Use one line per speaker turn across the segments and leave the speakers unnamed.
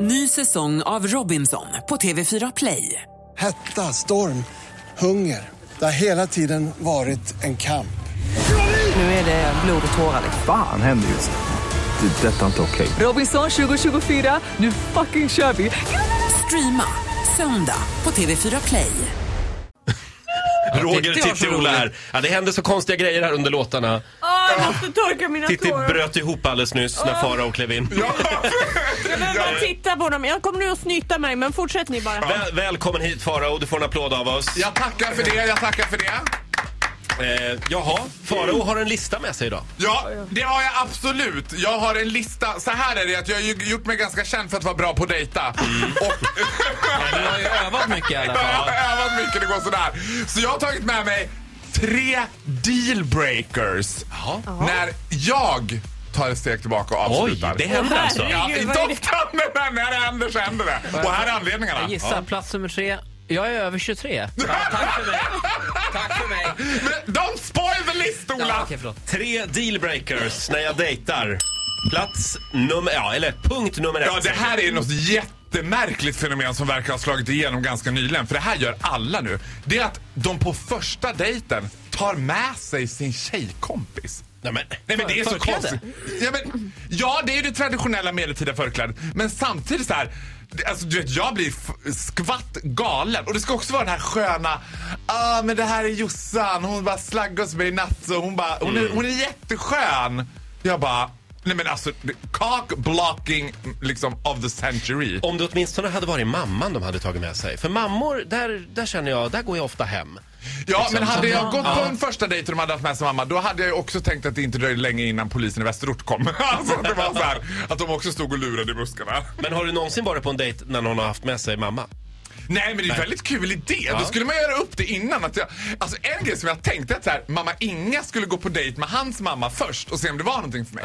Ny säsong av Robinson på TV4 Play.
Hetta, storm, hunger. Det har hela tiden varit en kamp.
Nu är det blod och tårar.
Fan händer just nu. Det. är Detta är inte okej.
Robinson 2024, nu fucking kör vi! Streama söndag på TV4 Play.
Roger,
det var så
Titti, Ola här. Ja, det hände så konstiga grejer här under låtarna.
Åh, jag måste torka mina
Titti
tårar.
bröt ihop alldeles nyss när Farao klev in.
Jag behöver bara titta på dem. Jag kommer nu att snyta mig, men fortsätt ni bara.
Väl, välkommen hit Farao, du får en applåd av oss.
Jag tackar för det, jag tackar för det.
Eh, jaha, Farao har en lista med sig idag.
Ja, det har jag absolut. Jag har en lista. Så här är det, att jag har ju gjort mig ganska känd för att vara bra på att dejta. Och
Du har ju övat mycket i alla
jag
fall.
har övat mycket, det går sådär. Så jag har tagit med mig tre dealbreakers. När jag tar ett steg tillbaka och
Oj,
avslutar.
det händer alltså.
Herregud.
Ja,
vad är
inte
det?
ofta, men när det händer så händer det. Och här är anledningarna.
Jag gissar plats nummer tre. Jag är över 23. tack för mig. Tack för mig.
Men don't spoil the list, Ola!
Ja, okej, förlåt.
Tre dealbreakers när jag dejtar. Plats nummer, ja eller punkt nummer ett.
Ja, det här är något jättemärkligt fenomen som verkar ha slagit igenom ganska nyligen. För det här gör alla nu. Det är att de på första dejten tar med sig sin tjejkompis.
Nej, men,
Nej men det är så
Förkläde?
konstigt. Ja, men, ja, det är ju det traditionella medeltida förklädet. Men samtidigt så här. det- Alltså du vet, jag blir f- skvatt galen. Och det ska också vara den här sköna, ah men det här är Jossan, hon bara slaggade hos mig i natt och hon bara, hon är, hon är jätteskön. Jag bara, nej men alltså, cock blocking liksom of the century.
Om det åtminstone hade varit mamman de hade tagit med sig. För mammor, där, där känner jag, där går jag ofta hem.
Ja, men hade Liksom jag gått på en första dejt och de hade haft med sig mamma, då hade jag ju också tänkt att det inte dröjde länge innan polisen i Västerort kom. alltså att det var så här, att de också stod och lurade i buskarna.
Men har du någonsin varit på en dejt när någon har haft med sig mamma?
Nej men det är en väldigt kul idé. Då skulle man göra upp det innan. Att jag, alltså en grej som jag tänkte är att så här, mamma Inga skulle gå på dejt med hans mamma först och se om det var någonting för mig.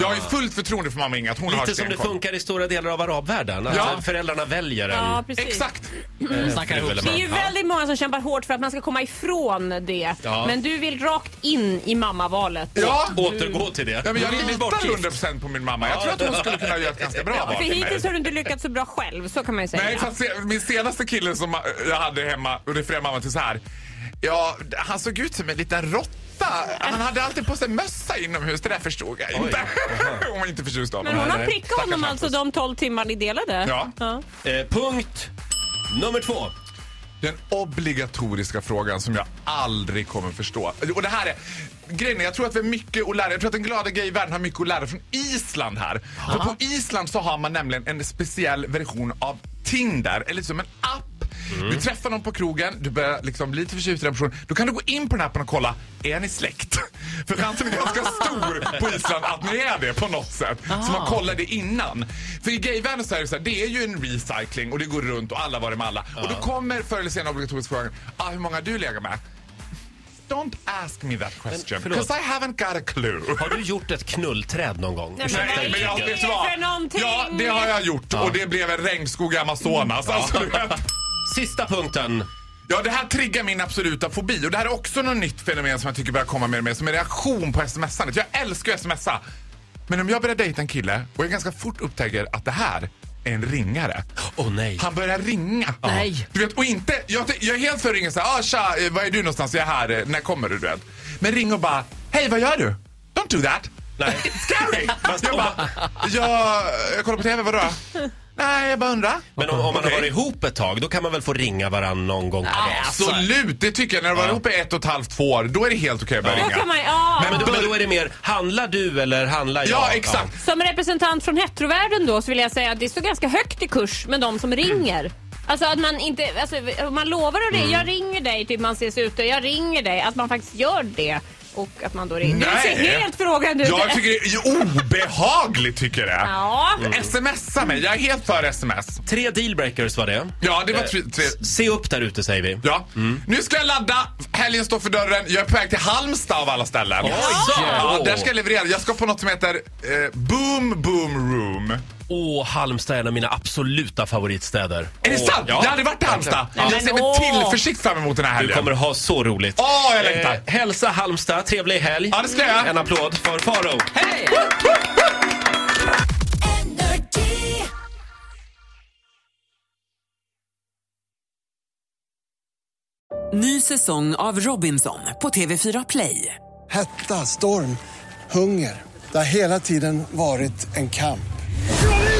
Jag har ju fullt förtroende för mamma Inga att hon
Ah.
har
Lite som det
stenkoll.
funkar i stora delar av arabvärlden. Att
Ja.
föräldrarna väljer en.
Ja, precis.
Exakt!
Snackar
fru
ihop
eller
sig.
Det är ju
man.
väldigt många som kämpar hårt för att man ska komma ifrån det.
Ja.
Men du vill rakt in i mammavalet.
Ja.
Återgå till det.
Ja, men jag
Bli
litar
bortgift.
100% på min mamma. Jag tror att hon skulle kunna göra ett ganska bra val.
För
till mig.
hittills har du inte lyckats så bra själv, så kan man ju säga.
Nej, fast se, min senaste kille som eh, jag hade hemma refererade mamma till så här. Ja, han såg ut som en liten råtta. Han hade alltid på sig mössa inomhus. Det där förstod jag inte. hon var inte förtjust av
Men
honom.
hon har
Nej.
prickat
Stackars
honom
Hampus.
alltså de 12 timmar ni delade?
Ja.
Eh, punkt nummer två.
Den obligatoriska frågan som jag aldrig kommer förstå. Och det här är... Grejen är, jag tror att vi har mycket att lära. Jag tror att den glada gayvärlden har mycket att lära från Island här. För på Island så har man nämligen en speciell version av Tinder, eller som en app. Du träffar någon på krogen, du börjar liksom bli lite förtjust i den personen. Då kan du gå in på den här appen och kolla, är ni släkt? För chansen är ganska stor på Island att ni är det på något sätt. Så
Ah.
man kollar det innan. För i gayvärlden så är det så här, det är ju en recycling och det går runt och alla var det med alla. Och då
Ah.
kommer förr eller senare obligatoriskt frågan, ah, hur många har du legat med? Don't ask me that question,
förlåt.
because I haven't got a clue.
Har du gjort ett knullträd någon gång?
men
Ursäkta
vad är
uttrycket.
det?
vet du vad?
för någonting? Ah. Mm.
Ja, det har jag gjort och det blev en regnskog i Amazonas. Alltså, du vet.
Sista punkten.
Ja, det här triggar min absoluta fobi. Och det här är också något nytt fenomen som jag tycker börjar komma mer och mer som en reaktion på smsandet. Jag älskar att smsa. Men om jag börjar dejta en kille och jag ganska fort upptäcker att det här är en ringare.
Åh nej.
Han börjar ringa.
Nej.
Du vet, och inte, jag, jag är helt för att ringa så här, ah, tja, eh, var är du någonstans? Jag är här, eh, när kommer du? du vet. Men ring och bara, hej vad gör du? Don't do that.
Nej.
It's scary. jag bara, jag, jag kollar på TV, vadå? Nej, jag bara undrar.
Men om, om man har
Okej.
varit ihop ett tag, då kan man väl få ringa varann någon gång per dag?
alltså-
Absolut, det tycker jag. När du var ihop i ett och ett halvt, två år, då är det helt okej att börja
Då
ringa.
kan man, ja.
Men då, men då är det mer, handlar du eller handlar jag?
Ja, exakt.
Som representant från heterovärlden då så vill jag säga att det står ganska högt i kurs med de som ringer. Alltså att man inte, alltså om man lovar att det,
Mm.
jag ringer dig typ man ses ute, jag ringer dig, att man faktiskt gör det. Och att man då ringer. Du
Nej.
ser helt frågan ut.
Jag tycker Mm. det är obehagligt, tycker jag det är.
Ja.
Smsa mig, jag är helt för sms.
Tre dealbreakers var det.
Ja, det var tre... tre.
Se upp där ute säger vi.
Ja. Nu ska jag ladda, helgen står för dörren, jag är på väg till Halmstad av alla ställen. Ja, där ska jag leverera. Jag ska på något som heter eh, Boom Boom Room.
Åh, Halmstad är en av mina absoluta favoritstäder.
Är det
Åh,
sant?
Ja.
Jag hade varit i Halmstad.
Ja.
Jag ser med
Men, åh.
tillförsikt fram emot den här
Du
helgen.
kommer ha så roligt. Eh,
Åh, jag längtar.
hälsa Halmstad, trevlig helg.
Ja, det ska jag.
En applåd för Faro.
Hej!
Ny säsong av Robinson på TV4 Play.
Hetta, storm, hunger. Det har hela tiden varit en kamp.